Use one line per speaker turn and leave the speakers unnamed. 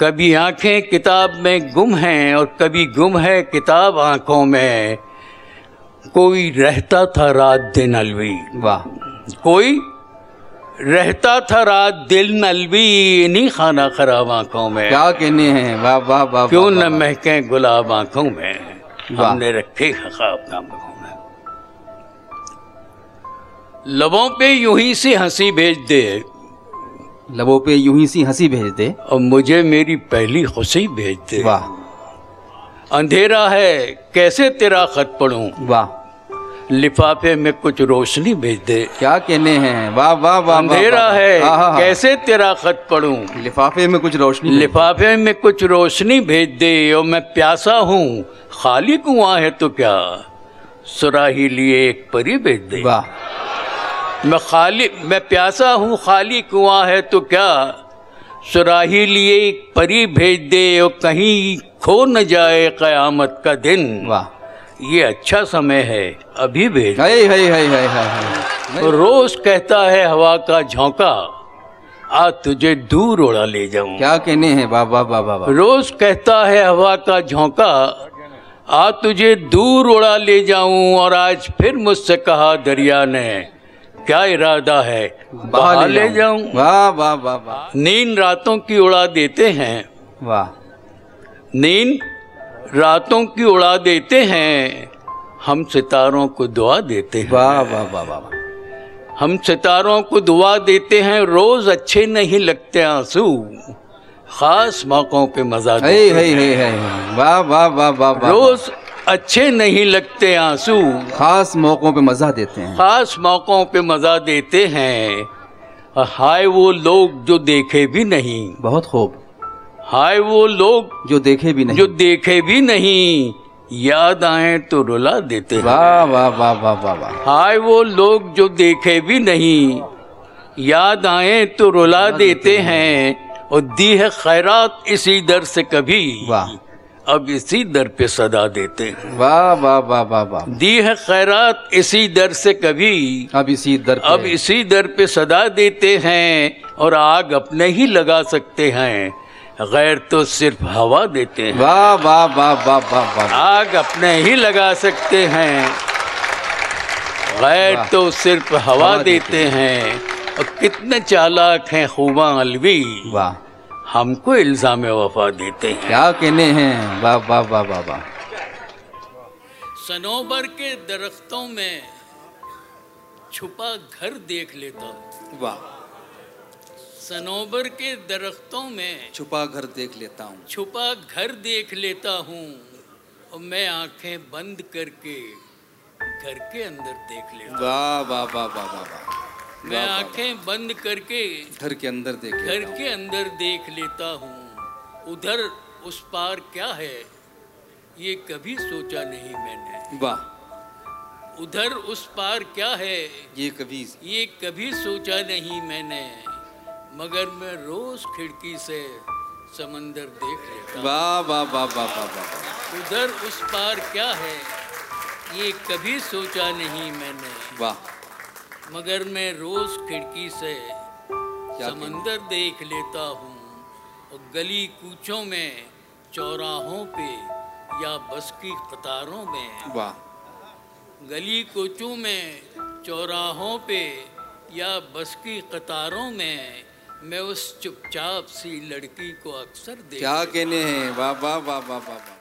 कभी आंखें किताब में गुम हैं और कभी गुम है किताब आंखों में कोई रहता था रात दिन अलवी
वाह
कोई रहता था रात दिल अलवी इन्हीं खाना खराब आंखों में
क्या कहने हैं वाह वाह वाह
क्यों
वाह, वाह,
न
वाह।
महके गुलाब आंखों में
वाह।
हमने रखे खखाब नाम आंखों में लबों पे यूं ही से हंसी भेज दे
लबों पे यूं ही सी हंसी भेज दे
और मुझे मेरी पहली खुशी भेज दे
वाह
अंधेरा है कैसे तेरा खत पढ़ूं
वाह
लिफाफे में कुछ रोशनी भेज दे
क्या कहने हैं वाह वाह वाह हाँ,
अंधेरा है
कैसे
कैसे तेरा खत पढ़ूं
लिफाफे में कुछ रोशनी भेज-
लिफाफे में कुछ रोशनी भेज दे और मैं प्यासा हूँ खाली कुआं है तो क्या सुराही लिए एक परी भेज दे
वाह
मैं खाली मैं प्यासा हूँ खाली कुआं है तो क्या सुराही लिए एक परी भेज दे और कहीं खो न जाए कयामत का दिन
वाह
ये अच्छा समय है अभी भेज
हाय हाय हाय हाय हाय हाय।
रोज कहता है हवा का झोंका आज तुझे दूर उड़ा ले जाऊं
क्या कहने हैं वाह वाह वाह वाह वाह
रोज कहता है हवा का झोंका आज तुझे दूर उड़ा ले जाऊं और आज फिर मुझसे कहा दरिया ने क्या इरादा है बहा ले जाऊं
वाह वाह वाह वाह
नींद रातों की उड़ा देते हैं
वाह
नींद रातों की उड़ा देते हैं हम सितारों को दुआ देते हैं
वाह वाह वाह वाह वाह
हम सितारों को दुआ देते हैं रोज अच्छे नहीं लगते आंसू खास मौकों पे मजा
हाय
देते
हाय
हैं।
हाय हाय हाय। वाह वाह वाह वाह वाह
रोज अच्छे नहीं लगते आंसू
खास मौकों पे मजा देते हैं
खास मौकों पे मजा देते हैं हाय वो लोग जो देखे भी नहीं
बहुत खूब
हाय वो लोग
जो देखे भी नहीं
जो देखे भी नहीं याद आए तो रुला देते हैं
वाह वाह वाह वाह वाह वाह
हाय वो लोग जो देखे भी नहीं याद आए तो रुला देते हैं और दी है खैरात इसी दर से कभी
वाह।
अब इसी दर पे सदा देते हैं
वाह वाह वाह वाह वाह
दी है खैरात इसी दर से कभी
अब इसी दर पे
अब इसी दर पे सदा देते हैं और आग अपने ही लगा सकते हैं गैर तो सिर्फ हवा देते हैं
वाह वाह वाह वाह वाह वाह
आग अपने ही लगा सकते हैं गैर
वाह।
तो सिर्फ हवा
हवा देते
देते हैं और कितने चालाक हैं खूबा अलवी
वाह
हमको इल्ज़ाम वफा देते हैं
क्या कहने हैं वाह वाह वाह वाह वाह
सनोबर के दरख्तों में छुपा घर देख लेता हूँ
वाह
सनोबर के दरख्तों में
छुपा घर देख लेता हूँ
छुपा घर देख लेता हूँ और मैं आंखें बंद करके घर के अंदर देख लेता हूँ
वाह वाह वाह वाह वाह वाह
मैं आंखें बंद करके
घर के अंदर देख
घर के अंदर देख लेता हूँ उधर उस पार क्या है ये कभी सोचा नहीं मैंने
वाह
उधर उस पार क्या है
ये कभी
ये कभी सोचा नहीं मैंने मगर मैं रोज खिड़की से समंदर देख लेता हूँ
वाह वाह वाह वाह वाह वाह
उधर उस पार क्या है ये कभी सोचा नहीं मैंने
वाह
मगर मैं रोज खिड़की से समंदर देख लेता हूँ और गली कूचों में चौराहों पे या बस की कतारों में
वाह
गली कूचों में चौराहों पे या बस की कतारों में मैं उस चुपचाप सी लड़की को अक्सर देख
क्या कहने हैं वाह वाह वाह वाह वाह वाह